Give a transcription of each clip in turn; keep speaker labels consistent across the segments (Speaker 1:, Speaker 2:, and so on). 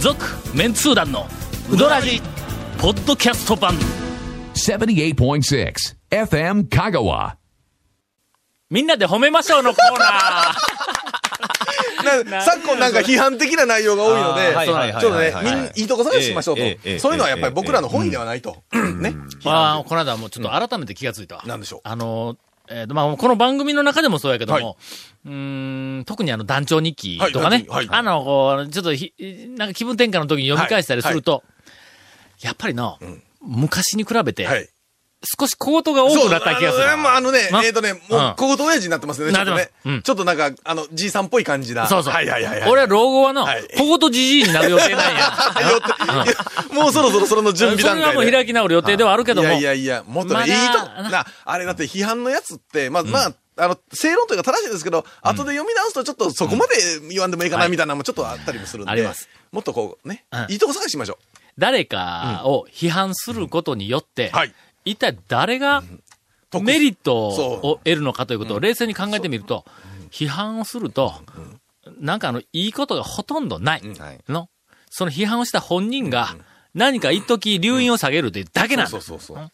Speaker 1: 続メンツー団のウドラジポッドキャスト版
Speaker 2: 78.6 FM Kagawa.
Speaker 1: みんなで褒めましょうのコーナー
Speaker 3: な昨今なんか批判的な内容が多いの
Speaker 4: あーはい
Speaker 3: で、
Speaker 4: はい
Speaker 3: ちょっとね
Speaker 4: はいはい、
Speaker 3: み
Speaker 4: はい
Speaker 3: んいいとこ探ししましょうと
Speaker 4: ええええ。
Speaker 3: そういうのはやっぱり僕らの本意ではないと。ね。
Speaker 1: ああこの間もうちょっと改めて気がついたわ、
Speaker 3: なんでしょう
Speaker 1: あのえーとまあ、この番組の中でもそうやけども、
Speaker 3: はいう
Speaker 1: ーん特にあの団長日記とかね、
Speaker 3: はい団長日記はい
Speaker 1: あのこうちょっとひなんか気分転換の時に読み返したりすると、やっぱりの、昔に比べて、
Speaker 3: はい。
Speaker 1: 少しコートが多くなった気がする。
Speaker 3: そうあのもうあのね
Speaker 1: な、
Speaker 3: えっとね、も
Speaker 1: うん
Speaker 3: う、小言親父になってますよね、ち
Speaker 1: な
Speaker 3: ょ
Speaker 1: っ
Speaker 3: ってと
Speaker 1: ます
Speaker 3: ね
Speaker 1: うん。
Speaker 3: ちょっとなんか、あの、じいさんっぽい感じな。
Speaker 1: そうそう。
Speaker 3: はいはいはいはい。
Speaker 1: 俺は老後はの、
Speaker 3: はい
Speaker 1: 小言じじいになる予定なんや。
Speaker 3: あよってもうそろそろそれの 準備
Speaker 1: そ
Speaker 3: 段
Speaker 1: れは
Speaker 3: 階
Speaker 1: もう
Speaker 3: で。
Speaker 1: 開き直る予定ではあるけども。
Speaker 3: いやいやいや、もっとね、
Speaker 1: まだ
Speaker 3: いいと、な、あれだって批判のやつって、まあ、まあ、あの、正論というか正しいですけど、後で読み直すとちょっとそこまで言わんでもいいか
Speaker 1: は
Speaker 3: ないみたいなのもちょっとあったりもするんで。
Speaker 1: あります。
Speaker 3: もっとこう、ね
Speaker 1: うん、
Speaker 3: いいとこ探ししましょ
Speaker 1: 誰かを批判することによって、
Speaker 3: うんはい
Speaker 1: 一体誰が
Speaker 3: 得
Speaker 1: メリット
Speaker 3: そ
Speaker 1: を得るのかということを冷静に考えてみると、批判をすると、なんかあの、いいことがほとんどない。
Speaker 4: はい
Speaker 1: の、その批判をした本人が、何か一時留飲を下げるというだけ
Speaker 3: う。
Speaker 1: なんだ
Speaker 3: そうそうそう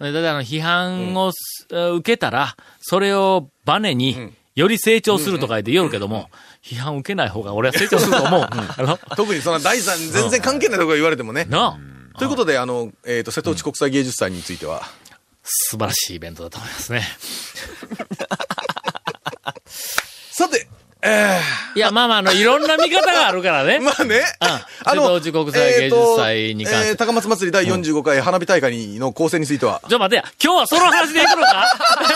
Speaker 3: そう。
Speaker 1: だからあの批判をす、受けたら、それをバネに、より成長するとか言って言うけども、批判を受けない方が俺は成長すると思う。あの
Speaker 3: 特にその第三、全然関係ないところ言われて もね。
Speaker 1: なあ
Speaker 3: ということで、あの、えっと、瀬戸内国際芸術祭については、
Speaker 1: 素晴らしいイベントだと思いますね。
Speaker 3: さて、
Speaker 1: いや、まあまあ、あの、いろんな見方があるからね。
Speaker 3: まあね。
Speaker 1: うん瀬戸内国際芸術祭に関して
Speaker 3: えーとえー高松祭り第45回花火大会の構成については、
Speaker 1: ちょ、待てや。今日はその話でいくのか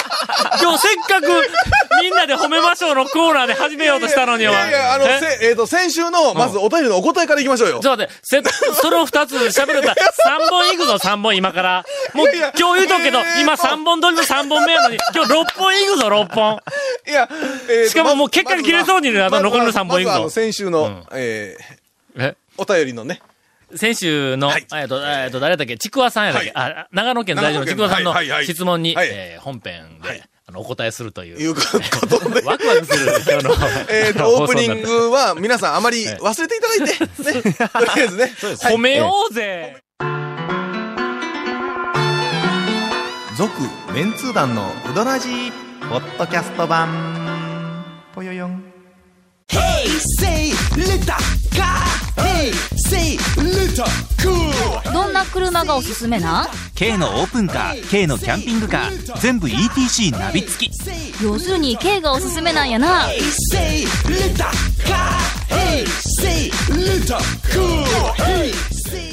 Speaker 1: 今日せっかく、みんなで褒めましょうのコーナーで始めようとしたのに
Speaker 3: い
Speaker 1: は。
Speaker 3: やいや、あの、
Speaker 1: え
Speaker 3: せえっと、先週の、まずお便りのお答えからいきましょうよ
Speaker 1: ち。ょっと待って、せ、それを二つ喋るんだ。三本いくぞ、三本今から。もう
Speaker 3: いや
Speaker 1: 今日言うとくけど
Speaker 3: え、ー
Speaker 1: 今三本撮りの三本目やのに、今日六本いくぞ、六本。
Speaker 3: いや、えーと
Speaker 1: しかももう結果に切れそうになるあと
Speaker 3: まずは
Speaker 1: 残りの三本いくぞ
Speaker 3: まずはあの先週
Speaker 1: うん
Speaker 3: の、えー
Speaker 1: え
Speaker 3: お便りのね。
Speaker 1: 先週の、
Speaker 3: はい
Speaker 1: えっと、えっと、誰だっけちくわさんやだっけ、
Speaker 3: は
Speaker 1: あ、長野県在住のちくわさんの
Speaker 3: 長野県のはいはいはい
Speaker 1: 質問に、
Speaker 3: はい
Speaker 1: えー本編で、
Speaker 3: はい
Speaker 1: あの、お答えすると いう。。
Speaker 3: いうことで
Speaker 1: ワクワクする、今日の。
Speaker 3: えっ
Speaker 1: あ
Speaker 3: と、
Speaker 1: の
Speaker 3: オープニン。
Speaker 1: 放送になっ
Speaker 3: グは皆さんあまり
Speaker 1: はい
Speaker 3: 忘れていただい て、ね。とりあえずね。
Speaker 1: て褒めようぜ
Speaker 4: 続メンツー団のウドラジーポッドキャスト版ぽよよん
Speaker 5: Say little car. Hey, say little cool.
Speaker 6: どんな車がおすすめなん
Speaker 7: K のオープンカー K のキャンピングカー全部 ETC ナビ付き
Speaker 5: Say,
Speaker 6: 要するに K がおすすめなんやな。
Speaker 5: say little car. Hey, say little cool. Hey, say.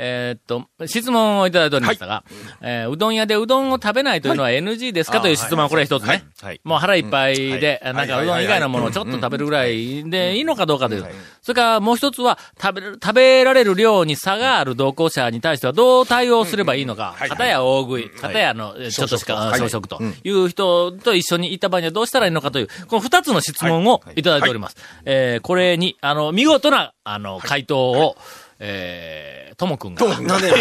Speaker 1: えーっと、質問をいただいておりましたが、えーうどん屋でうどんを食べないというのは NG ですかという質問はこれ一つね。
Speaker 4: はい
Speaker 1: もう腹いっぱいで、
Speaker 3: うん
Speaker 1: な
Speaker 3: は
Speaker 1: ん
Speaker 3: い
Speaker 1: かうどん以外のものをちょっと食べるぐらいでいいのかどうかという。それからもう一つは、食べる、食べられる量に差がある同行者に対してはどう対応すればいいのか。
Speaker 3: い
Speaker 1: 片や大食い、片やあの、ちょっとしか、
Speaker 3: はい
Speaker 1: 小食という人と一緒に行った場合にはどうしたらいいのかという、この二つの質問をいただいております。えーこれに、あの、見事な、あの、回答を、えー、ともくんが、
Speaker 4: なんで、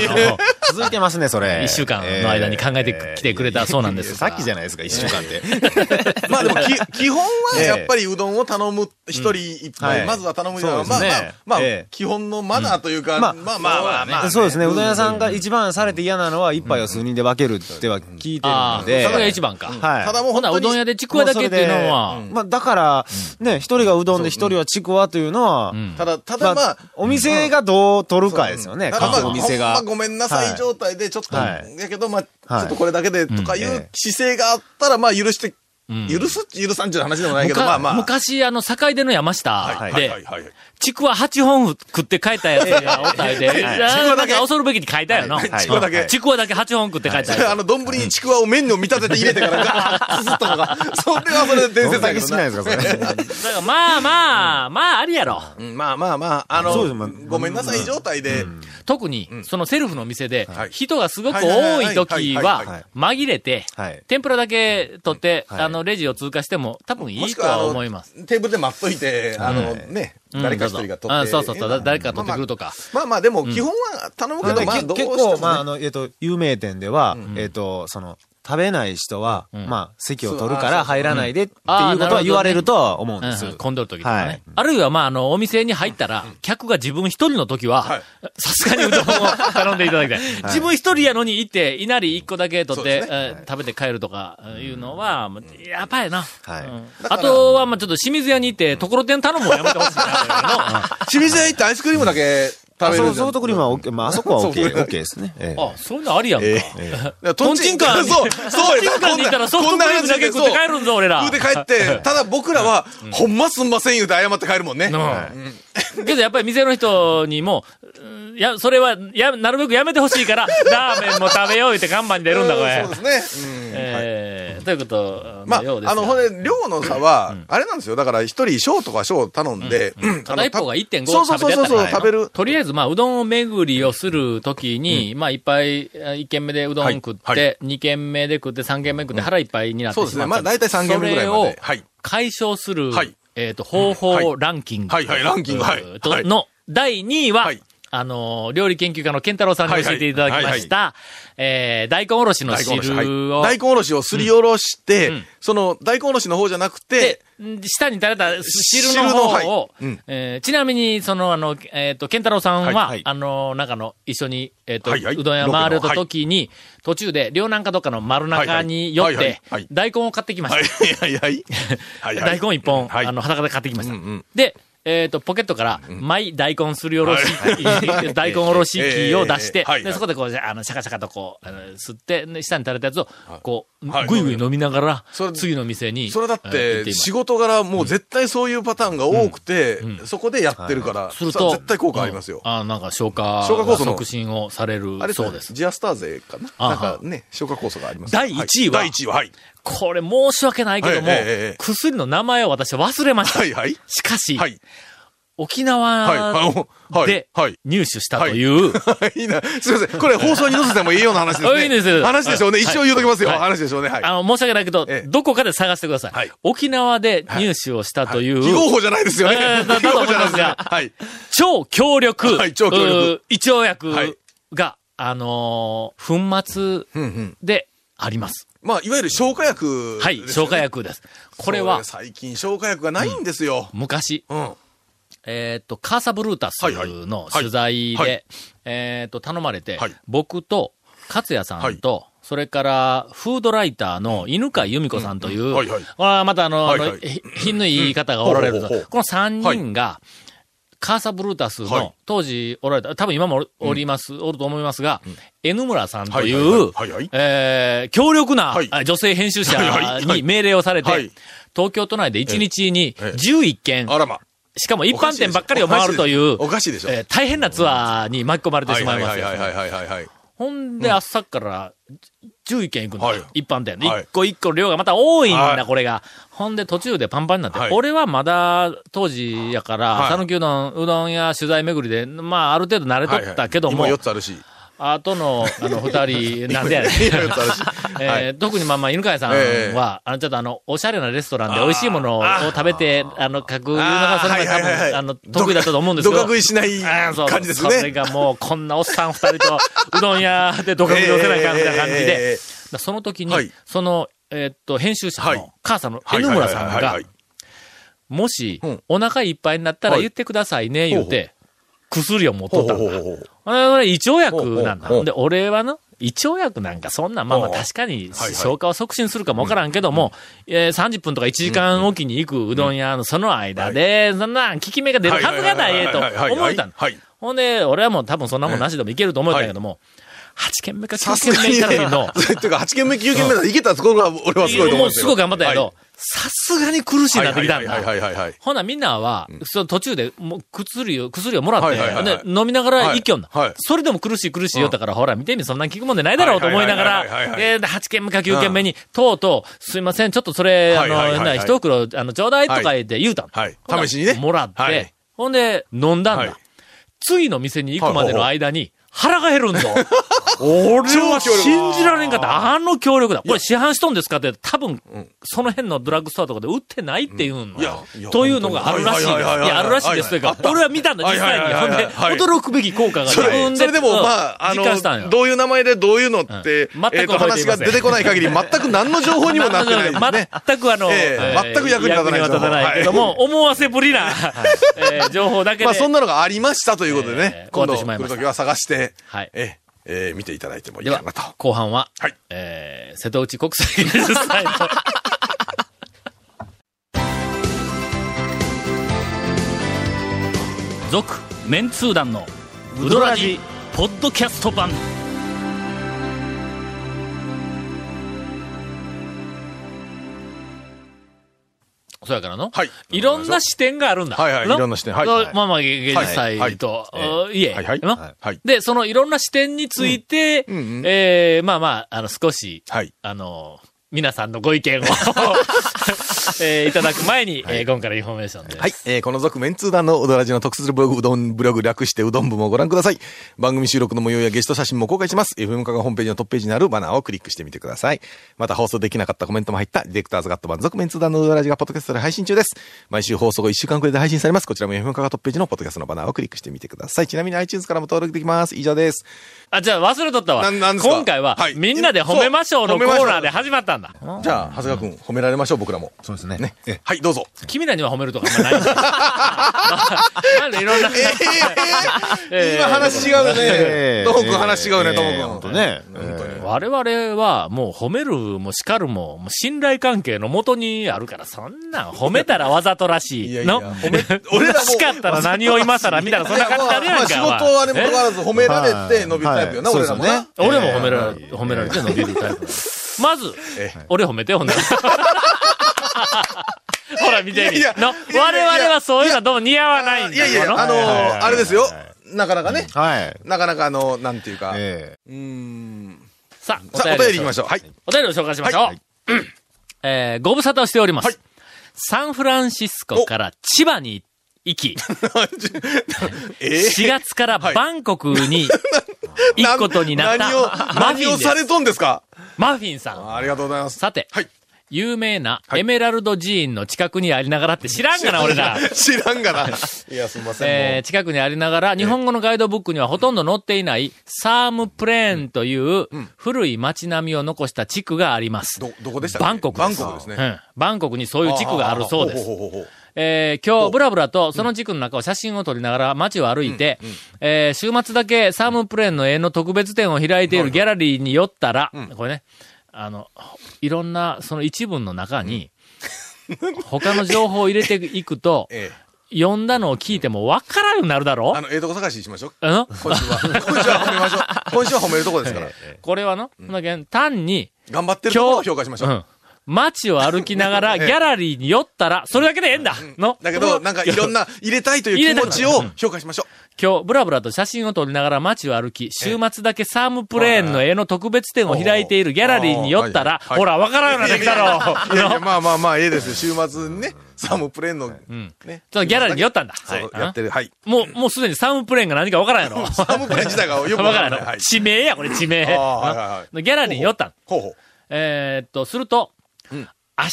Speaker 4: 続いてますね、それ。
Speaker 1: 一週間の間に考えて
Speaker 4: えー
Speaker 1: きてくれたそうなんです
Speaker 4: さ
Speaker 1: が
Speaker 4: っきじゃないですか、一週間で。
Speaker 3: まあでもき、基本はやっぱりうどんを頼む、一人一
Speaker 4: は
Speaker 3: 杯、
Speaker 4: い
Speaker 3: まずは頼むのは、ま
Speaker 4: そ
Speaker 3: あ
Speaker 4: う
Speaker 3: ま
Speaker 4: です
Speaker 3: あ
Speaker 4: ね、
Speaker 3: まあ
Speaker 4: ええ、
Speaker 3: 基本のマナーというか、まあまあまあまあ。
Speaker 4: そうですね、うどん屋さんが一番されて嫌なのは、一杯を数人で分けるっては聞いてる
Speaker 1: あ
Speaker 4: の
Speaker 1: あ、それ
Speaker 4: で。
Speaker 1: が一番か。
Speaker 4: はい。
Speaker 3: ただも
Speaker 1: ほ
Speaker 3: う本
Speaker 1: な、
Speaker 3: 当
Speaker 1: うどん
Speaker 3: に
Speaker 1: 屋でちくわだけっていうのは、
Speaker 4: まあ、だから、ね、一人がうどんで一人はちくわというのは、
Speaker 3: ただ、た
Speaker 4: ま
Speaker 3: だ
Speaker 4: あ
Speaker 3: まあ、
Speaker 4: お店がどう取るかですよね、
Speaker 3: ただま
Speaker 4: 各
Speaker 3: あ、
Speaker 4: お店が
Speaker 3: ほんま。ごめんなさ
Speaker 4: はいい
Speaker 3: 状態で、ちょっと、
Speaker 4: はい
Speaker 3: やけど、まあ、
Speaker 4: は
Speaker 3: ち
Speaker 4: い
Speaker 3: ょっとこれだけでとかい
Speaker 4: うん
Speaker 3: う
Speaker 4: ええ
Speaker 3: 姿勢があったら、まあ、許して、許す、許さんっていう話でもないけど、
Speaker 1: むか
Speaker 3: まあまあ。
Speaker 1: 昔、あの、境出の山下
Speaker 3: はいはいはい
Speaker 1: で、
Speaker 3: はい。
Speaker 1: ちくわ8本食って帰ったやつがおったりで、なんか恐るべきに書いたよな。
Speaker 3: いちくわだけ
Speaker 1: うんちくわだけ8本食って帰った
Speaker 3: それあ
Speaker 1: やつ。
Speaker 3: の、丼にちくわを麺を見立てて入れてから、ガーッとすすったのが、それはそれで伝
Speaker 4: ど
Speaker 3: 説
Speaker 4: ん
Speaker 3: だけ
Speaker 4: だけ
Speaker 3: ど
Speaker 4: 好きなんですか、それ。
Speaker 1: だからまあまあ、まあありやろ。
Speaker 3: うんまあまあまあ、あの
Speaker 4: そうですまあ、
Speaker 3: ごめんなさい状態で、
Speaker 1: 特に、そのセルフの店で
Speaker 3: は、い
Speaker 1: 人がすごく多い時
Speaker 3: はいはいはい
Speaker 4: はい
Speaker 1: は
Speaker 4: は、
Speaker 1: 紛れて
Speaker 4: はい、
Speaker 1: 天ぷらだけ取って、
Speaker 4: はい
Speaker 1: あの、レジを通過しても、多分い
Speaker 3: も
Speaker 1: い
Speaker 3: し
Speaker 1: と
Speaker 3: くは、あ
Speaker 1: は
Speaker 3: の
Speaker 1: 思います。
Speaker 3: テーブルで待っといて、あの、ね、
Speaker 1: うん
Speaker 3: 誰か一人が取
Speaker 1: ど
Speaker 3: っ
Speaker 1: う
Speaker 3: て。
Speaker 1: ぞうんそうそうそう、誰か取ってくると
Speaker 3: か。
Speaker 1: か。
Speaker 3: まあまあ、でも、基本は頼むけど、まあ、
Speaker 4: け
Speaker 3: どう
Speaker 4: 結
Speaker 3: して
Speaker 4: 構、
Speaker 3: も
Speaker 4: まあ、
Speaker 3: ね
Speaker 4: あ。の、えっと、有名店では、えっと、その、
Speaker 8: 食べない人は、
Speaker 1: うん
Speaker 8: まあ、席を取る
Speaker 3: そう
Speaker 8: か
Speaker 3: あーそう
Speaker 8: ら入らないでっていうこ
Speaker 1: あー
Speaker 8: とは言われるとは思うん
Speaker 1: う
Speaker 8: で
Speaker 1: ん
Speaker 8: す。
Speaker 1: 混んどる時とかね。
Speaker 8: はい
Speaker 1: あるいは、まあ、あの、お店に入ったら、客が自分一人の時は
Speaker 3: はい、
Speaker 1: さすがにうどんを頼んでいただきたい。自分一人やのに行って、いなり一個だけ取って、
Speaker 3: そうです
Speaker 1: えー食べて帰るとかいうのは、もうやばいな。
Speaker 8: はい
Speaker 1: うん
Speaker 3: だから
Speaker 1: あとは、まあ、ちょっと清水屋に行って、ところてん頼むのやめてほしいな っていうの。
Speaker 3: 清水屋行ってアイスクリームだけ食
Speaker 8: あ
Speaker 3: べ
Speaker 8: そ
Speaker 3: る
Speaker 8: うソフトクリームは OK、まあ、あそこは OK、OK ですね。ええ
Speaker 1: あ、そういうのありやんか。
Speaker 3: ム。
Speaker 1: トンチンカンに、
Speaker 3: そう、そうよ。
Speaker 1: トンチンカンに行ったらソフトクリームだけ食って帰るんぞ、俺ら。
Speaker 3: 食う て帰って、ただ僕らは、ほんますんません言うて謝って帰るもんね。
Speaker 1: うんけどやっぱり店の人にも、うんいや、それは、や、なるべくやめてほしい から、ラーメンも食べよう言って看板に出るんだ、これ。
Speaker 3: うそうですね。うん
Speaker 1: えーということ
Speaker 3: まあ、
Speaker 1: のようですが。
Speaker 3: あの、ほんで、量の差は、あれなんですよ。だから、一人小とか小頼んで、うん
Speaker 1: 片一方が1.5
Speaker 3: そうそうそうそ
Speaker 1: 食べ
Speaker 3: う
Speaker 1: てやったら
Speaker 3: 食べる
Speaker 1: とりあえず、まあ、うどんを巡りをするときに、まあ、いっぱい、1軒目でうどん食って、
Speaker 3: はいは
Speaker 1: 2軒目で食って、3軒目食って、腹いっぱいになってし
Speaker 3: そ
Speaker 1: ま
Speaker 3: う
Speaker 1: った
Speaker 3: ですね。まあ、大体3軒目ぐらいま
Speaker 1: それを
Speaker 3: で。はい。
Speaker 1: 解消する、
Speaker 3: はい
Speaker 1: えっ、と、方
Speaker 3: は
Speaker 1: 法
Speaker 3: い
Speaker 1: ランキング。
Speaker 3: はいはいランキングはい
Speaker 1: えーと
Speaker 3: はい
Speaker 1: の、第2位は、
Speaker 3: はい
Speaker 1: あのー、料理研究家の健太郎さんに教えていただきました、えー、大根おろしの
Speaker 3: 大根おろし。
Speaker 1: 汁を、
Speaker 3: 大根おろしをすりおろして、
Speaker 1: うんうん
Speaker 3: その、大根おろしの方じゃなくて
Speaker 1: で、、ん下に垂れた汁
Speaker 3: 汁
Speaker 1: の
Speaker 3: の
Speaker 1: 方を、
Speaker 3: はいうん
Speaker 1: えーちなみに、その、あの、えっ、と、健太郎さんは、
Speaker 3: はいはい
Speaker 1: あの、なんかの、一緒に、えっ、と、
Speaker 3: はいはいう
Speaker 1: どん屋回れた
Speaker 3: ロケの
Speaker 1: 時に、途中で、両南かどっかの丸中に寄って、
Speaker 3: はいはいはいはい
Speaker 1: 大根を買ってきました。
Speaker 3: はい はいはい。
Speaker 1: 大根一本、
Speaker 3: はい
Speaker 1: あの、裸で買ってきました。
Speaker 3: うんうん
Speaker 1: で、えっ、と、ポケットから、マイ大根すりおろし、 大根おろし器を出して、
Speaker 3: えーえーはい
Speaker 1: でそこでこう、あの、シャカシャカとこう、あの吸って、で下に垂れたやつを、こう、
Speaker 3: はい
Speaker 1: ぐいぐい飲みながら
Speaker 3: そ、れ
Speaker 1: 次の店に。
Speaker 3: それだっ
Speaker 1: えー行
Speaker 3: て、
Speaker 1: います
Speaker 3: 仕事柄もう絶対そういうパターンが多くて、そこでやってるから、
Speaker 1: する
Speaker 3: それ
Speaker 1: と。
Speaker 3: は絶対効果ありますよ
Speaker 1: うん。あなんか消化。
Speaker 3: 消化酵素の
Speaker 1: 促進をされる
Speaker 3: あれ
Speaker 1: そうです。
Speaker 3: ジアスターゼかな
Speaker 1: あ
Speaker 3: な
Speaker 1: は
Speaker 3: んかね、消化酵素があります。
Speaker 1: 第一位は
Speaker 3: 第一位は、はい。
Speaker 1: これ申し訳ないけども、
Speaker 3: ええええええ
Speaker 1: 薬の名前を私は忘れました。
Speaker 3: はいはい。
Speaker 1: しかし、
Speaker 3: はい。
Speaker 1: 沖
Speaker 3: はい。あ
Speaker 1: 縄
Speaker 3: のはい。
Speaker 1: で
Speaker 3: はい。
Speaker 1: 入手したという、
Speaker 3: いいな。すいません。これ放送に載せてもいいような話です
Speaker 1: あ
Speaker 3: ね。
Speaker 1: いいです
Speaker 3: 話でしょう
Speaker 1: は
Speaker 3: ね。
Speaker 1: い
Speaker 3: 一応言うときますよ。
Speaker 1: はい
Speaker 3: 話でしょうね。はい。
Speaker 1: あの、申し訳ないけど、
Speaker 3: ええ
Speaker 1: どこかで探してください。
Speaker 3: はい
Speaker 1: 沖縄で入手をしたという、
Speaker 3: 非合法じゃないですよ
Speaker 1: え
Speaker 3: ね。
Speaker 1: ーだだ
Speaker 3: 非
Speaker 1: と
Speaker 3: 合
Speaker 1: 思
Speaker 3: 法
Speaker 1: い
Speaker 3: じゃ
Speaker 1: ま
Speaker 3: ない
Speaker 1: す
Speaker 3: で
Speaker 1: が
Speaker 3: すね。はい。
Speaker 1: 超強力、
Speaker 3: はい超強力
Speaker 1: うー胃腸薬が、
Speaker 3: はい
Speaker 1: あのー粉
Speaker 3: うんう
Speaker 1: 末
Speaker 3: ん。
Speaker 1: であります。
Speaker 3: まあ、いわゆる消化薬。
Speaker 1: はい、消化。薬です。これは、
Speaker 3: 最近消化薬がないんですよ。
Speaker 1: 昔、
Speaker 3: うん。は
Speaker 1: えっ、と、カーサブルータス
Speaker 3: はいはい
Speaker 1: の取材で、
Speaker 3: はいはい
Speaker 1: えっ、と、頼まれて、
Speaker 3: はい
Speaker 1: 僕と、勝也さんと、それから、フードライターの犬飼由美子さんという、
Speaker 3: うんはいはい
Speaker 1: あーまたあの、
Speaker 3: はいはい
Speaker 1: あのひ品のいい言い方がおられると、
Speaker 3: うんほうほうほう
Speaker 1: この3人が、カーサブルータスの、
Speaker 3: はい
Speaker 1: 当時おられた、多分今もおおります、おると思いますが、N 村さんとい
Speaker 3: は
Speaker 1: う
Speaker 3: いはいはいはいはい、
Speaker 1: えー強力な、
Speaker 3: はい
Speaker 1: あ女性編集者
Speaker 3: はいはいは
Speaker 1: に
Speaker 3: い
Speaker 1: 命令をされて、
Speaker 3: はい
Speaker 1: 東京都内で1日に
Speaker 3: ええ
Speaker 1: 11件、
Speaker 3: あらま。
Speaker 1: しかも一般店ばっかりを回るという、
Speaker 3: おかしいでしょ。
Speaker 1: えー大変なツアーに巻き込まれて
Speaker 3: は
Speaker 1: し
Speaker 3: い
Speaker 1: ま
Speaker 3: はいい
Speaker 1: ま
Speaker 3: は
Speaker 1: す
Speaker 3: い
Speaker 1: よ。
Speaker 3: はいはいはいはい。
Speaker 1: ほんで、朝から11軒行くんだ、
Speaker 3: はい
Speaker 1: 一般店。
Speaker 3: はい
Speaker 1: 一個一個量がまた多いんだ、
Speaker 3: はい
Speaker 1: これが。ほんで、途中でパンパンになって。
Speaker 3: はい
Speaker 1: 俺はまだ、当時やから、
Speaker 3: はい
Speaker 1: 讃岐うどん、うどんや取材巡りで、まあ、ある程度慣れとったけども、
Speaker 3: はいはい今4つあるし。
Speaker 1: あとの、あの、二 人、なんでやねん。
Speaker 3: 今4つあるし。
Speaker 1: えー
Speaker 3: はい
Speaker 1: 特にまあまあ、犬飼さんは、
Speaker 3: ええ
Speaker 1: あの、ちょっとあの、おしゃれなレストランで美味しいものを食べて、あの、書くのが、それが多
Speaker 3: あーはいはいはい
Speaker 1: 分、あの、得意だったと思うんですけ
Speaker 3: ど
Speaker 1: ど。
Speaker 3: か食いしない
Speaker 1: あーそう
Speaker 3: 感じです
Speaker 1: それ
Speaker 3: ね。
Speaker 1: がもう、こんなおっさん二人と、うどん屋でどか食い寄せないかんみたいな感じ
Speaker 3: え
Speaker 1: で、
Speaker 3: え。
Speaker 1: だその時に、
Speaker 3: はい
Speaker 1: その、えーっと、編集者
Speaker 3: はい
Speaker 1: の、母さんの、
Speaker 3: はい
Speaker 1: N 村さん
Speaker 3: はいはい
Speaker 1: が
Speaker 3: はい、
Speaker 1: もし
Speaker 3: うん、
Speaker 1: お腹いっぱいになったら
Speaker 3: はい
Speaker 1: 言ってくださいね、言う
Speaker 3: ほう
Speaker 1: て、薬を持っと
Speaker 3: ほう
Speaker 1: ったん
Speaker 3: ほう
Speaker 1: だ
Speaker 3: ほうほう。
Speaker 1: 俺は胃腸薬なん
Speaker 3: ほうほ
Speaker 1: だ。
Speaker 3: う
Speaker 1: で、俺はな、胃腸薬なんかそんな、まあまあ
Speaker 3: ほう
Speaker 1: 確かに
Speaker 3: はいはい
Speaker 1: 消化を促進するかもわからんけども、えー30分とか1時間おきに行くうどん屋のその間で、そんな効き目が出るはずがないえと思えたんだ。
Speaker 3: はい。
Speaker 1: ほんで、俺はもう多分そんなもんなしでもいけると思えたんやけども、8軒目か9軒目行ったら の、
Speaker 3: というか、8軒目、9軒目だいけたところが俺はすごいと
Speaker 1: も
Speaker 3: 思うん
Speaker 1: う
Speaker 3: ですす
Speaker 1: ご
Speaker 3: よ。
Speaker 1: い頑張ったんやけど、さすがに苦しい
Speaker 3: はい
Speaker 1: なってきたん
Speaker 3: はい
Speaker 1: だ。
Speaker 3: はいはいはいはい。
Speaker 1: ほな、みんなは、その途中で、もう、薬を、薬をもらって、
Speaker 3: はいはいはいはい
Speaker 1: で飲みながら一挙な、
Speaker 3: はいはい
Speaker 1: それでも苦しい苦しいよったから、ほら、見てみ、そんなん聞くもんでないだろうと思いなが
Speaker 3: はいはいはいはい
Speaker 1: ら、
Speaker 3: はい
Speaker 1: えーで、8軒目か9軒目に、とうとう、すいません、ちょっとそれ、あの、
Speaker 3: はいはいはいはい
Speaker 1: な一袋、あの、ちょうだいとか言って言うたの。
Speaker 3: はい
Speaker 1: ほな
Speaker 3: 試しにね
Speaker 1: もらって、
Speaker 3: はい
Speaker 1: ほんで、飲んだんだ。
Speaker 3: はい
Speaker 1: 次の店に行くまでの間に、腹が減るんぞ。 俺は信じられんかった。あの強力だ。これ市販しとんですかって、多分、その辺のドラッグストアとかで売ってないっていうん
Speaker 3: いや
Speaker 1: の
Speaker 3: いや
Speaker 1: というのがあるらしいです。い
Speaker 3: はいはいはいはい
Speaker 1: や、あるらしいです。という
Speaker 3: あ
Speaker 1: か
Speaker 3: っ、た
Speaker 1: 俺は見たんだ、実際
Speaker 3: はい
Speaker 1: に。
Speaker 3: はい
Speaker 1: ほ
Speaker 3: は
Speaker 1: ん
Speaker 3: いはい
Speaker 1: で、
Speaker 3: はい
Speaker 1: 驚くべき効果が自
Speaker 3: それ
Speaker 1: 分で。
Speaker 3: それでも、
Speaker 1: うん
Speaker 3: まあ、あ
Speaker 1: 実感したんよ
Speaker 3: の、どういう名前でどういうのっ
Speaker 1: うん
Speaker 3: て、
Speaker 1: 全く
Speaker 3: えっと、
Speaker 1: 覚えていません
Speaker 3: 話が出て こない限り、全く何の情報にもなってないですね。
Speaker 1: 全くあの、
Speaker 3: ええ全く役に立たない
Speaker 1: 役にけども、思わせぶりな、 えー情報だけで。
Speaker 3: まあ、そんなのがありましたということで
Speaker 1: え
Speaker 3: ね
Speaker 1: ー、
Speaker 3: 今度
Speaker 1: 終わってしまい
Speaker 3: 来
Speaker 1: まし
Speaker 3: る
Speaker 1: た
Speaker 3: ときは探して、
Speaker 1: はい
Speaker 3: えーえー見ていただいてもいい
Speaker 1: で
Speaker 3: か
Speaker 1: は
Speaker 3: なと。、
Speaker 1: 後半は、
Speaker 3: はい
Speaker 1: えー瀬戸内国際芸術祭の。 続、メンツー団の、ウドラジ、ポッドキャスト版。そやからの、
Speaker 3: はい
Speaker 1: いろんな視点があるんだ。
Speaker 3: はいはい
Speaker 1: の
Speaker 3: いろんな視点はいはい
Speaker 1: まあまあ、芸芸術祭と、
Speaker 3: はいはい
Speaker 1: おいえ、
Speaker 3: はいはい
Speaker 1: の
Speaker 3: はい。
Speaker 1: で、そのいろんな視点について、
Speaker 3: うんうんうん
Speaker 1: ええまあまあ、あの、少し、
Speaker 3: はい。
Speaker 1: あの、皆さんのご意 見を、 えーいただく前に、えー今からインフォメーションです。
Speaker 3: はい。えーこの続メンツー団のうどらじの特設ブログ、うどんブログ略してうどん部もご覧ください。番組収録の模様やゲスト写真も公開します。FM カがホームページのトップページにあるバナーをクリックしてみてください。また放送できなかったコメントも入ったディレクターズガット版続メンツー団のうどらじがポッドキャストで配信中です。毎週放送後1週間くらいで配信されます。こちらも FM カがトップページのポッドキャストのバナーをクリックしてみてください。ちなみに iTunes からも登録できます。以上です。
Speaker 1: あ、じゃあ忘れとったわ。
Speaker 3: なんなんですか
Speaker 1: 今回は、
Speaker 3: はい
Speaker 1: みんなで褒めましょうの
Speaker 3: そ
Speaker 1: コ
Speaker 3: う褒めましょう
Speaker 1: ーナーで始まったんだ。
Speaker 3: じゃあ、長谷川くん、褒められましょう、僕らも。
Speaker 8: そうですね。
Speaker 3: ね。はい、どうぞ。
Speaker 1: 君らには褒めるとかあんまないん だなんでいろんな、えー
Speaker 3: 今話違う
Speaker 8: ええ
Speaker 3: ね。トモ君話違うね、
Speaker 8: ええ
Speaker 3: トモ君。
Speaker 8: 本当ね
Speaker 3: 本当に。
Speaker 1: 我々はもう褒めるも叱るも、もう信頼関係のもとにあるから、そんなん褒めたらわざとらしい。
Speaker 3: いやいや
Speaker 1: の
Speaker 3: 褒め俺らも
Speaker 1: 叱ったら何を今 更みたいな、そんな感じになるやんか。
Speaker 3: まあ仕事はあれも変わらず褒められて伸びるタイプよな、
Speaker 8: はい
Speaker 3: 俺らもな。
Speaker 1: お前俺も褒められ、褒められて伸びるタイ プ。まず
Speaker 3: え、
Speaker 1: 俺褒めて、ほん なら。ほら、見てみ。
Speaker 3: いやいや
Speaker 1: の我々はそういうのはどうも似合わないんだ
Speaker 3: いやいや、
Speaker 1: こ
Speaker 3: あの
Speaker 8: はいはいはい
Speaker 3: ー、あれですよ。なかなかね。
Speaker 8: はい。
Speaker 3: なかなかあの、なんていうか。う
Speaker 8: え
Speaker 3: ーん。
Speaker 1: さあ、
Speaker 3: さあ、お便り行きま
Speaker 1: しょう
Speaker 3: しょう。はい。
Speaker 1: お便りを紹介しましょう。うん えーご無沙汰をしております。
Speaker 3: はい
Speaker 1: サンフランシスコから千葉に行き、
Speaker 3: ええ
Speaker 1: 4月からバンコク に行くことになった、
Speaker 3: 何を、
Speaker 1: マフ
Speaker 3: 何
Speaker 1: ィ
Speaker 3: を
Speaker 1: ンで
Speaker 3: さ
Speaker 1: す。
Speaker 3: れとんですか
Speaker 1: マフィンさん。
Speaker 3: ありがとうございます。
Speaker 1: さて、
Speaker 3: はい。
Speaker 1: 有名な
Speaker 3: い
Speaker 1: エメラルド寺院の近くにありながらって知らんがな、俺 ら。
Speaker 3: 知らんがな。いや、すみません。
Speaker 1: えー近くにありながら、日本語のガイドブックにはほとんど載っていない、サームプレーンという古い街並みを残した地区があります。
Speaker 3: ど、どこでしたっけ
Speaker 1: バンコク
Speaker 3: バ
Speaker 1: で
Speaker 3: ン
Speaker 1: す。
Speaker 3: コクですね。
Speaker 1: うん。バンコクにそういう地区があるそうです
Speaker 3: ほ。ほほほほ
Speaker 1: えー今日、ブラブラと、その地区の中を写真を撮りながら街を歩いて、えー週末だけサームプレーンの絵の特別展を開いているギャラリーに寄ったら、これね、あの、いろんな、その一文の中に、 他の情報を入れていくと、
Speaker 3: ええ。
Speaker 1: 読んだのを聞いても分からんようになるだろ
Speaker 3: あの、ええとこ探ししましょう。
Speaker 1: あの
Speaker 3: 今週は。今週は褒めましょう。今週は褒めるとこで すから。
Speaker 1: これはの、ほんだけん単に、
Speaker 3: 頑張ってるところ
Speaker 1: 今
Speaker 3: を
Speaker 1: 日、
Speaker 3: 評価しましょう。
Speaker 1: ん街を歩きな がら、ギャラリーに寄ったら、それだけでええんだの
Speaker 3: だけど、なんかいろんな入れたいという気持ちを評価しましょ
Speaker 1: 今日、ブラブラと写真を撮りながら街を歩き、週末だけサームプレーンの絵の特別展を開いているギャラリーに寄ったら、
Speaker 3: おうおう
Speaker 1: ほら、わからんようになってきたろ
Speaker 3: う。いやいや、
Speaker 1: の
Speaker 3: まあまあまあ、ええですよ。週末にね、サームプレーンの、ね。
Speaker 1: ちょっとギャラリーに寄ったんだ。
Speaker 3: そ、
Speaker 1: はいう
Speaker 3: やってる。はい。
Speaker 1: もう、もうすでにサームプレーンが何かわからんやろ。わ
Speaker 3: サームプレーン自体が よく
Speaker 1: か
Speaker 3: わ か
Speaker 1: ら
Speaker 3: ら
Speaker 1: ん
Speaker 3: な
Speaker 1: や
Speaker 3: い。
Speaker 1: ろ
Speaker 3: はい。
Speaker 1: 地名や、これ地名。
Speaker 3: ああはいはいはい
Speaker 1: のギャラリーに寄ったん。
Speaker 3: ほうほう。
Speaker 1: えーっと、すると、明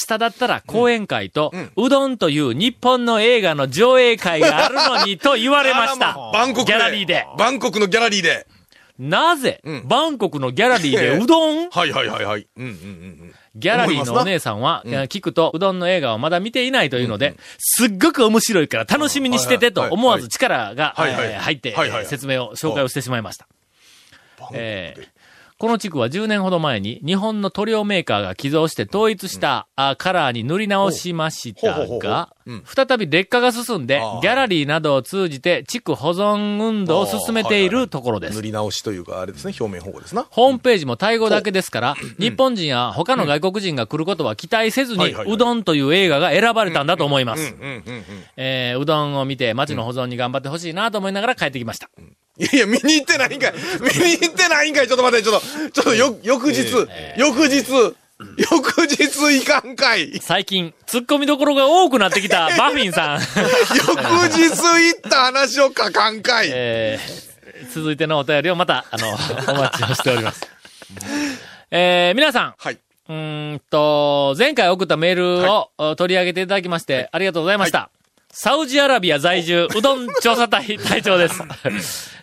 Speaker 1: 日だったら講演会と、
Speaker 3: ん
Speaker 1: うどんという日本の映画の上映会があるのにと言われました
Speaker 3: あら。バンコクで。
Speaker 1: ギャラリーで。
Speaker 3: バンコクのギャラリーで。
Speaker 1: なぜ、
Speaker 3: うん
Speaker 1: バンコクのギャラリーでうどん
Speaker 3: はいはいはいはい。うんうんうんうん。
Speaker 1: ギャラリーのお姉さんは、えー聞くと、うどんの映画をまだ見ていないというので、すっごく面白いから楽しみにしててと
Speaker 3: はいはい
Speaker 1: 思わず力がえ
Speaker 3: はいはい
Speaker 1: ー入って
Speaker 3: はいはい
Speaker 1: えー説明を、紹介をしてしまいました。
Speaker 3: バンコク
Speaker 1: えー
Speaker 3: で。
Speaker 1: この地区は10年ほど前に日本の塗料メーカーが寄贈して統一したあカラーに塗り直しました
Speaker 3: ほうほうほうほ
Speaker 1: が
Speaker 3: ううん、
Speaker 1: 再び劣化が進んで
Speaker 3: あー、
Speaker 1: ギャラリーなどを通じて地区保存運動を進めているところです
Speaker 3: 塗。り直しというか、あれですね、表面保護ですな。
Speaker 1: ホームページもタイ語だけですから、日本人や他の外国人が来ることは期待せず
Speaker 3: は
Speaker 1: に、
Speaker 3: いはいはいう
Speaker 1: どんという映画が選ばれたんだと思いま
Speaker 3: うんう
Speaker 1: す。
Speaker 3: んうんうん。
Speaker 1: えーうどんを見て街の保存に頑張ってほしいなと思いながら帰ってきました。
Speaker 3: いやいや、見に行ってないんかい。見に行ってないんかい。ちょっと待って、ちょっと、ちょっとよ、翌日、翌日、翌日いかんかい。
Speaker 1: 最近、突っ込みどころが多くなってき たマフィンさん。
Speaker 3: 翌日行った話を書かんかい。
Speaker 1: えー続いてのお便りをまた、あの、 お待ちをしております。 えー、皆さん。
Speaker 3: はい。
Speaker 1: うーんと、前回送ったメールをお取り上げていただきまして、ありがとうございました。サウジアラビア在住、うどん調査隊隊長 です。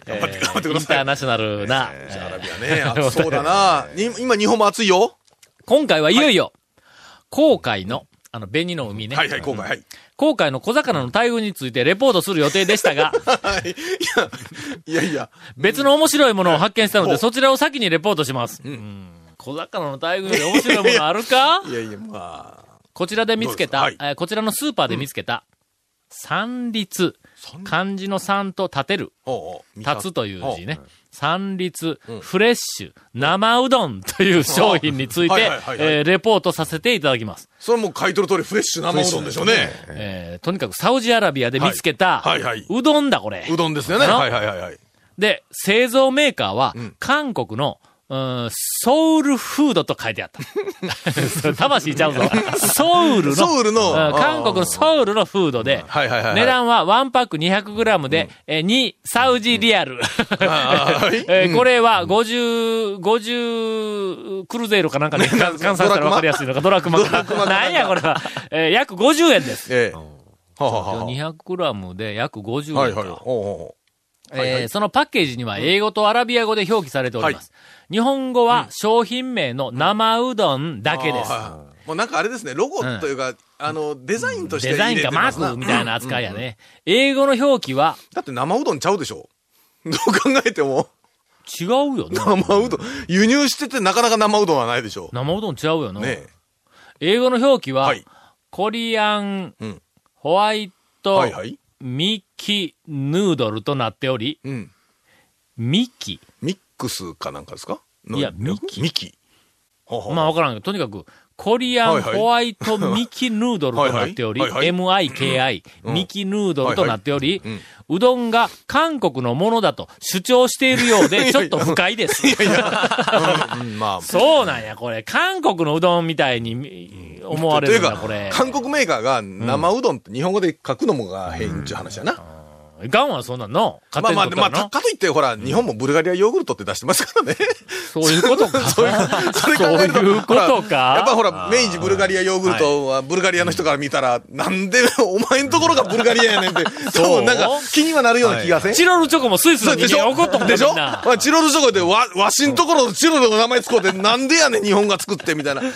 Speaker 1: 頑張って、頑張ってください。インターナショナルな。
Speaker 3: アラビアね、暑そうだな。 に今、日本も暑いよ。
Speaker 1: 今回はいよいよ、航海の、あの、紅の海ね。
Speaker 3: はいはい、今回、はい。
Speaker 1: 航海の小魚の待遇についてレポートする予定でしたが、
Speaker 3: はいいや、いやいや、
Speaker 1: 別の面白いものを発見したの
Speaker 3: ほう
Speaker 1: で、そちらを先にレポートします。うん小魚の大群で面白いものあるか
Speaker 3: いやいや、まあ、
Speaker 1: こちらで見つけた、
Speaker 3: どうですか
Speaker 1: えーこちらのスーパーで見つけた、三立、漢字の三と立てる、
Speaker 3: おうおう
Speaker 1: 立つという字ね。三立、フレッシュ、生うどんという商品につい
Speaker 3: は
Speaker 1: て
Speaker 3: いはいはい、はい
Speaker 1: えーレポートさせていただきます。
Speaker 3: それはもう買い取る通りフレッシュ生うどんでしょうね。
Speaker 1: えーとにかくサウジアラビアで見つけた、
Speaker 3: はいはいはいう
Speaker 1: どんだ、これ。
Speaker 3: うどんですよね。
Speaker 1: な
Speaker 3: はいはいはいはい。
Speaker 1: で、製造メーカーは
Speaker 3: ん、
Speaker 1: 韓国の、うんソウルフードと書いてあった。 それ魂ちゃうぞ。ソウルの。
Speaker 3: ソウルの
Speaker 1: うん韓国のソウルのフードで、
Speaker 3: はいはいはいはい
Speaker 1: 値段は1パック 200g で、えー2サウジリアル。
Speaker 3: はい
Speaker 1: えーこれは50、50クルゼイロかなんかで換算したらわかりやすいのか、ドラクマか。なんやこれは。えー約50円です。
Speaker 3: ええ。はあはあはあ
Speaker 1: 200g で約50円か。
Speaker 3: はいはい。おうおはいはい
Speaker 1: えーそのパッケージには英語とアラビア語で表記されております。日本語は商品名の生うどんだけ
Speaker 3: う
Speaker 1: で
Speaker 3: あ
Speaker 1: す。
Speaker 3: あはいもうなんかあれですね、ロゴというか、あの、デザインとして
Speaker 1: デザインかマ
Speaker 3: 入れてますな
Speaker 1: ークみたいな扱いやね。英語の表記は
Speaker 3: だって生うどんちゃうでしょどう考えても。
Speaker 1: 違うよね。
Speaker 3: 生うどん、輸入しててなかなか生うどんはないでしょ
Speaker 1: 生うどん違うよな。
Speaker 3: ね
Speaker 1: 英語の表記
Speaker 3: え。
Speaker 1: は、
Speaker 3: はい。
Speaker 1: コリアン
Speaker 3: うん、
Speaker 1: ホワイト、
Speaker 3: はいはい。
Speaker 1: ミキヌードルとなっており、
Speaker 3: うん。
Speaker 1: ミキ。
Speaker 3: ミックスかなんかですかの
Speaker 1: いやミキ
Speaker 3: ミキ。はあはあ
Speaker 1: まあわからんけど、とにかく、コリアン
Speaker 3: はいはい
Speaker 1: ホワイトミキヌードルとなっており、
Speaker 3: はいはい
Speaker 1: MIKI、
Speaker 3: ん
Speaker 1: ミキヌードルとなっており、
Speaker 3: いはいう
Speaker 1: どんが韓国のものだと主張しているようで、ちょっと不快です。
Speaker 3: うん まあ、
Speaker 1: そうなんや、これ。韓国のうどんみたいにうん思われるんだ、これ。
Speaker 3: 韓国メーカーが生うどんって日本語で書くのもが変っちゅう話やな。
Speaker 1: いかんわ、そんなんの。勝
Speaker 3: ま
Speaker 1: 手
Speaker 3: あ
Speaker 1: に
Speaker 3: ま
Speaker 1: 取った
Speaker 3: あ、ま
Speaker 1: ら
Speaker 3: あ、
Speaker 1: の、
Speaker 3: たかといって、ほら、日本もブルガリアヨーグルトって出してますから ね。
Speaker 1: そういうことか。
Speaker 3: そういう、それ考えると。
Speaker 1: そういうことか
Speaker 3: ほらやっぱほら、明治ブルガリアヨーグルトは、ブルガリアの人から見たら、なんでお前んところがブルガリアやねんって、多分なんか気にはなるような気がせん
Speaker 1: チロルチョコもスイス
Speaker 3: そ
Speaker 1: の
Speaker 3: うで
Speaker 1: 人
Speaker 3: し
Speaker 1: 間
Speaker 3: ょ
Speaker 1: 怒っとった
Speaker 3: でしょ
Speaker 1: みんな
Speaker 3: まあチロルチョコで、わ、わしんところのチロルの名前使う て、なんでやねん、日本が作って、みたいな。ね。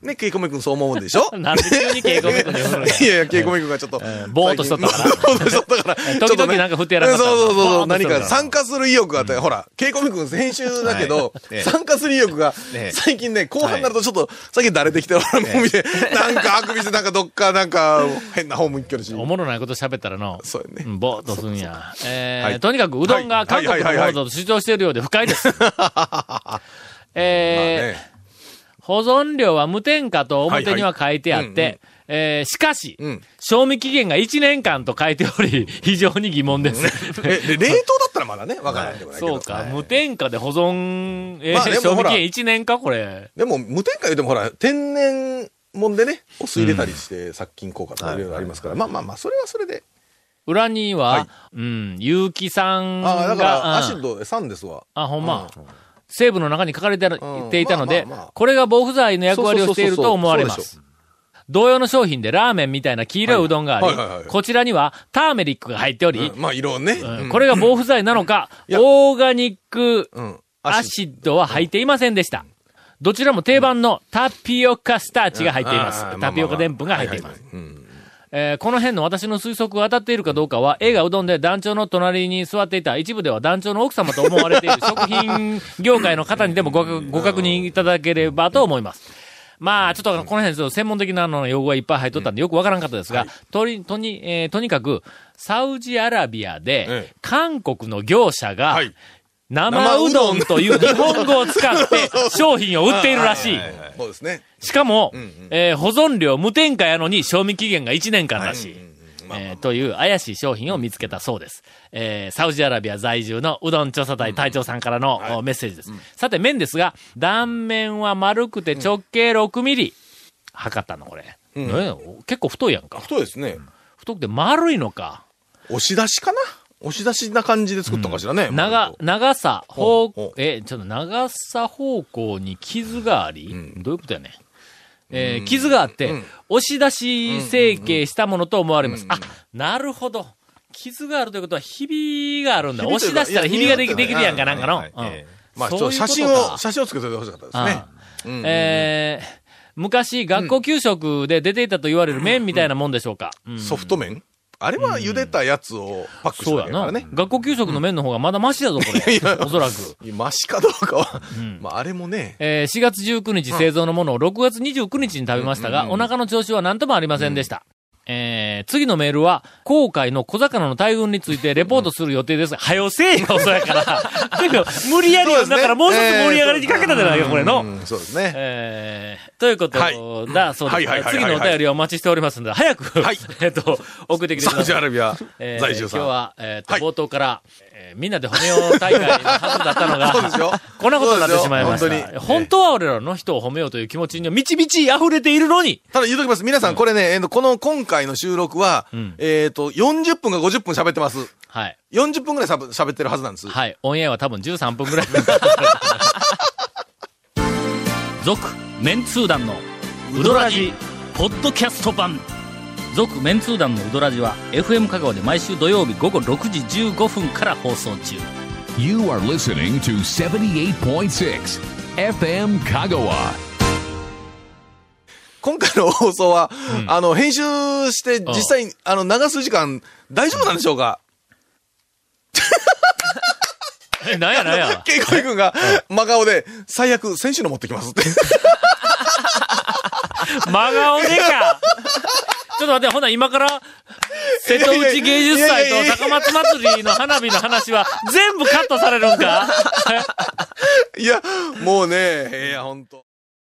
Speaker 3: ね、ケイコメ君そう思うんでし ょ
Speaker 1: なんで急に稽古メイクで呼ぶのよ
Speaker 3: いやいや、稽古メイクがちょっと。
Speaker 1: ぼーっとしとったから
Speaker 3: ぼーっとしとったから。
Speaker 1: 時々
Speaker 3: ちょっとね
Speaker 1: なんか振ってやらなかった
Speaker 3: そうそうそうそう。
Speaker 1: ぼーっとし
Speaker 3: 何
Speaker 1: とったから
Speaker 3: か参加する意欲があって、ほら、稽古メイ君編集だけど
Speaker 8: はい、
Speaker 3: 参加する意欲が
Speaker 8: ええ、
Speaker 3: 最近ね、後半になるとちょっと、最近だれてきて、俺も見て、 なんかあくびして、なんかどっか、なんか、変なホーム行ってるし。
Speaker 1: おもろないこと喋ったらの、
Speaker 3: そうやね
Speaker 1: んぼーっとすんや。えー
Speaker 3: はい
Speaker 1: とにかくうどんが韓国のものだと主張しているようで不快 です。 えー
Speaker 3: ね
Speaker 1: 保存料は無添加と表には書いてあっ
Speaker 3: はいはい
Speaker 1: て、えーしかし、
Speaker 3: うん
Speaker 1: 賞味期限が1年間と書いており、 非常に疑問です。
Speaker 3: え、で冷凍だったらまだね、わからないでもないけど。
Speaker 1: そうか、無添加で保存、えー
Speaker 3: まあでも
Speaker 1: 賞味
Speaker 3: ほら
Speaker 1: 期限1年かこれ。
Speaker 3: でも、無添加言うてもほら、天然もんでね、お酢入れたりして殺菌効果とかいろいろありますから、まあまあまあ、それはそれで。
Speaker 1: 裏には、
Speaker 3: はい
Speaker 1: うん、有機酸が、
Speaker 3: ああ、だか
Speaker 1: うん
Speaker 3: ら、アシッドで酸ですわ。
Speaker 1: あ、ほんま。成分の中に書かれてある
Speaker 3: うん
Speaker 1: ていたので、
Speaker 3: まあまあまあ
Speaker 1: これが防腐剤の役割をしていると思われま
Speaker 3: そうそう
Speaker 1: す。同様の商品でラーメンみたいな黄色いうどんがあり、
Speaker 3: はいはいはいはい
Speaker 1: こちらにはターメリックが入っており
Speaker 3: うん、まあ、色ね。
Speaker 1: うん
Speaker 3: うん
Speaker 1: これが防腐剤なのか、
Speaker 3: いや
Speaker 1: オーガニック
Speaker 3: うん。
Speaker 1: アシッドは入っていませんでした。どちらも定番のタピオカスターチが入っていま
Speaker 3: あー
Speaker 1: す。タピオカでんぷんが入っています。。
Speaker 3: まあまあまあはいはいはいうん
Speaker 1: えーこの辺の私の推測が当たっているかどうかは、映画うどんで団長の隣に座っていた一部では団長の奥様と思われている食品業界の方にでもごかご確認いただければと思います。まあ、ちょっとこの辺、ちょっと専門的なあの用語がいっぱい入っとったんで、よくわからんかったですが、とり、とに、えーとにかく、サウジアラビア
Speaker 3: え
Speaker 1: で
Speaker 3: え、
Speaker 1: 韓国の業者が
Speaker 3: はい、
Speaker 1: 生うどんという日本語を使って商品を売っているらしい。
Speaker 3: そうですね。
Speaker 1: しかも、
Speaker 3: んうん
Speaker 1: えー保存料無添加やのに賞味期限が1年間らしい。えーという怪しい商品を見つけたそうです。えーサウジアラビア在住のうどん調査隊隊長さんからの、おメッセージです。さて、麺ですが、断面は丸くて直径6ミリ。測ったの、これ。ね結構太いやんか。
Speaker 3: そうですね。
Speaker 1: 太くて丸いのか。
Speaker 3: 押し出しかな押し出しな感じで作ったのかしらね。
Speaker 1: 長、長さ、
Speaker 3: ほう
Speaker 1: 方
Speaker 3: ほう、
Speaker 1: え、ちょっと長さ方向に傷があり、どういうことやねん。えー傷があって、押し出し成形したものと思われます。あ、なるほど。傷があるということは、ひびがあるんだ。
Speaker 3: ひび
Speaker 1: 押
Speaker 3: とい
Speaker 1: し
Speaker 3: うか
Speaker 1: 出したらひびができ
Speaker 3: いや
Speaker 1: できるやんか、なんかの。
Speaker 8: はいはいええ
Speaker 1: うん
Speaker 3: まあ、ちょっ
Speaker 1: そういうこと
Speaker 3: と写真
Speaker 1: か
Speaker 3: を、写真をつけておいてほしかったですね
Speaker 1: あ。あえー昔、学校給食で出ていたと言われる麺みたいなもんでしょうか。うん
Speaker 3: ソフト麺あれは茹でたやつをパックし
Speaker 1: そう
Speaker 3: た
Speaker 1: や
Speaker 3: けだ
Speaker 1: な。
Speaker 3: からね。
Speaker 1: 学校給食の麺の方がまだマシだ ぞ、これ。おそらく。
Speaker 3: マシかどうかは、
Speaker 1: ん
Speaker 3: まあ、あれもね、
Speaker 1: えー4月19日製造のものを6月29日に食べましたが、お腹の調子は何ともありませんでした。えー次のメールは、航海の小魚の大群についてレポートする予定ですが、はよせえよ、そうや から。てか無理やり
Speaker 3: そう
Speaker 1: よ、
Speaker 3: ですね
Speaker 1: だからもう一つ
Speaker 3: えー
Speaker 1: 盛り上がりにかけたじゃないか、これの。
Speaker 3: うんそうですね。
Speaker 1: えーということだ、そう
Speaker 3: は
Speaker 1: で
Speaker 3: い
Speaker 1: す
Speaker 3: はいはいはいはい。
Speaker 1: 次のお便りをお待ちしておりますので、早く、
Speaker 3: はい
Speaker 1: えっと、送ってきて
Speaker 3: サ
Speaker 1: く
Speaker 3: ウ
Speaker 1: だ
Speaker 3: ジ
Speaker 1: さい。
Speaker 3: アラビア
Speaker 1: えー
Speaker 3: 在住さん。
Speaker 1: 今日は、えっと、
Speaker 3: はい
Speaker 1: 冒頭から、えーみんなで褒めよう大会のはずだったの
Speaker 3: そうですよ
Speaker 1: が、 こんなことになってしまいまし
Speaker 3: そうです
Speaker 1: た。
Speaker 3: よ本当に
Speaker 1: 本当は俺らの人を褒めようという気持ちにみちみち溢れているのに、
Speaker 3: ただ言うときます。皆さん、これね、えーとこの今回の収録は、
Speaker 1: ん
Speaker 3: えっ、と、40分か50分喋ってます。
Speaker 1: はい。
Speaker 3: 40分ぐらいしゃべ喋ってるはずなんです。
Speaker 1: はい。オンエアは多分13分ぐらい。続、メンツー団の、ウドラジ、ポッドキャスト版。続、メンツー団のウドラジは、FM 香川で毎週土曜日午後6時15分から放送 中。
Speaker 2: You are listening to 78.6 FM Kagawa.
Speaker 3: 今回の放送は、あの、編集して、実際に、あの、流す時間、大丈夫なんでしょうか
Speaker 1: え、なんやなんや。
Speaker 3: ケイコイ君が、真顔で、最悪、選手の持ってきま すって。
Speaker 1: 真顔でかちょっと待って、ほな今から、瀬戸内芸術祭と高松祭りの花火の話は全部カットされるんか
Speaker 3: いや、もうね、いや、ほんと。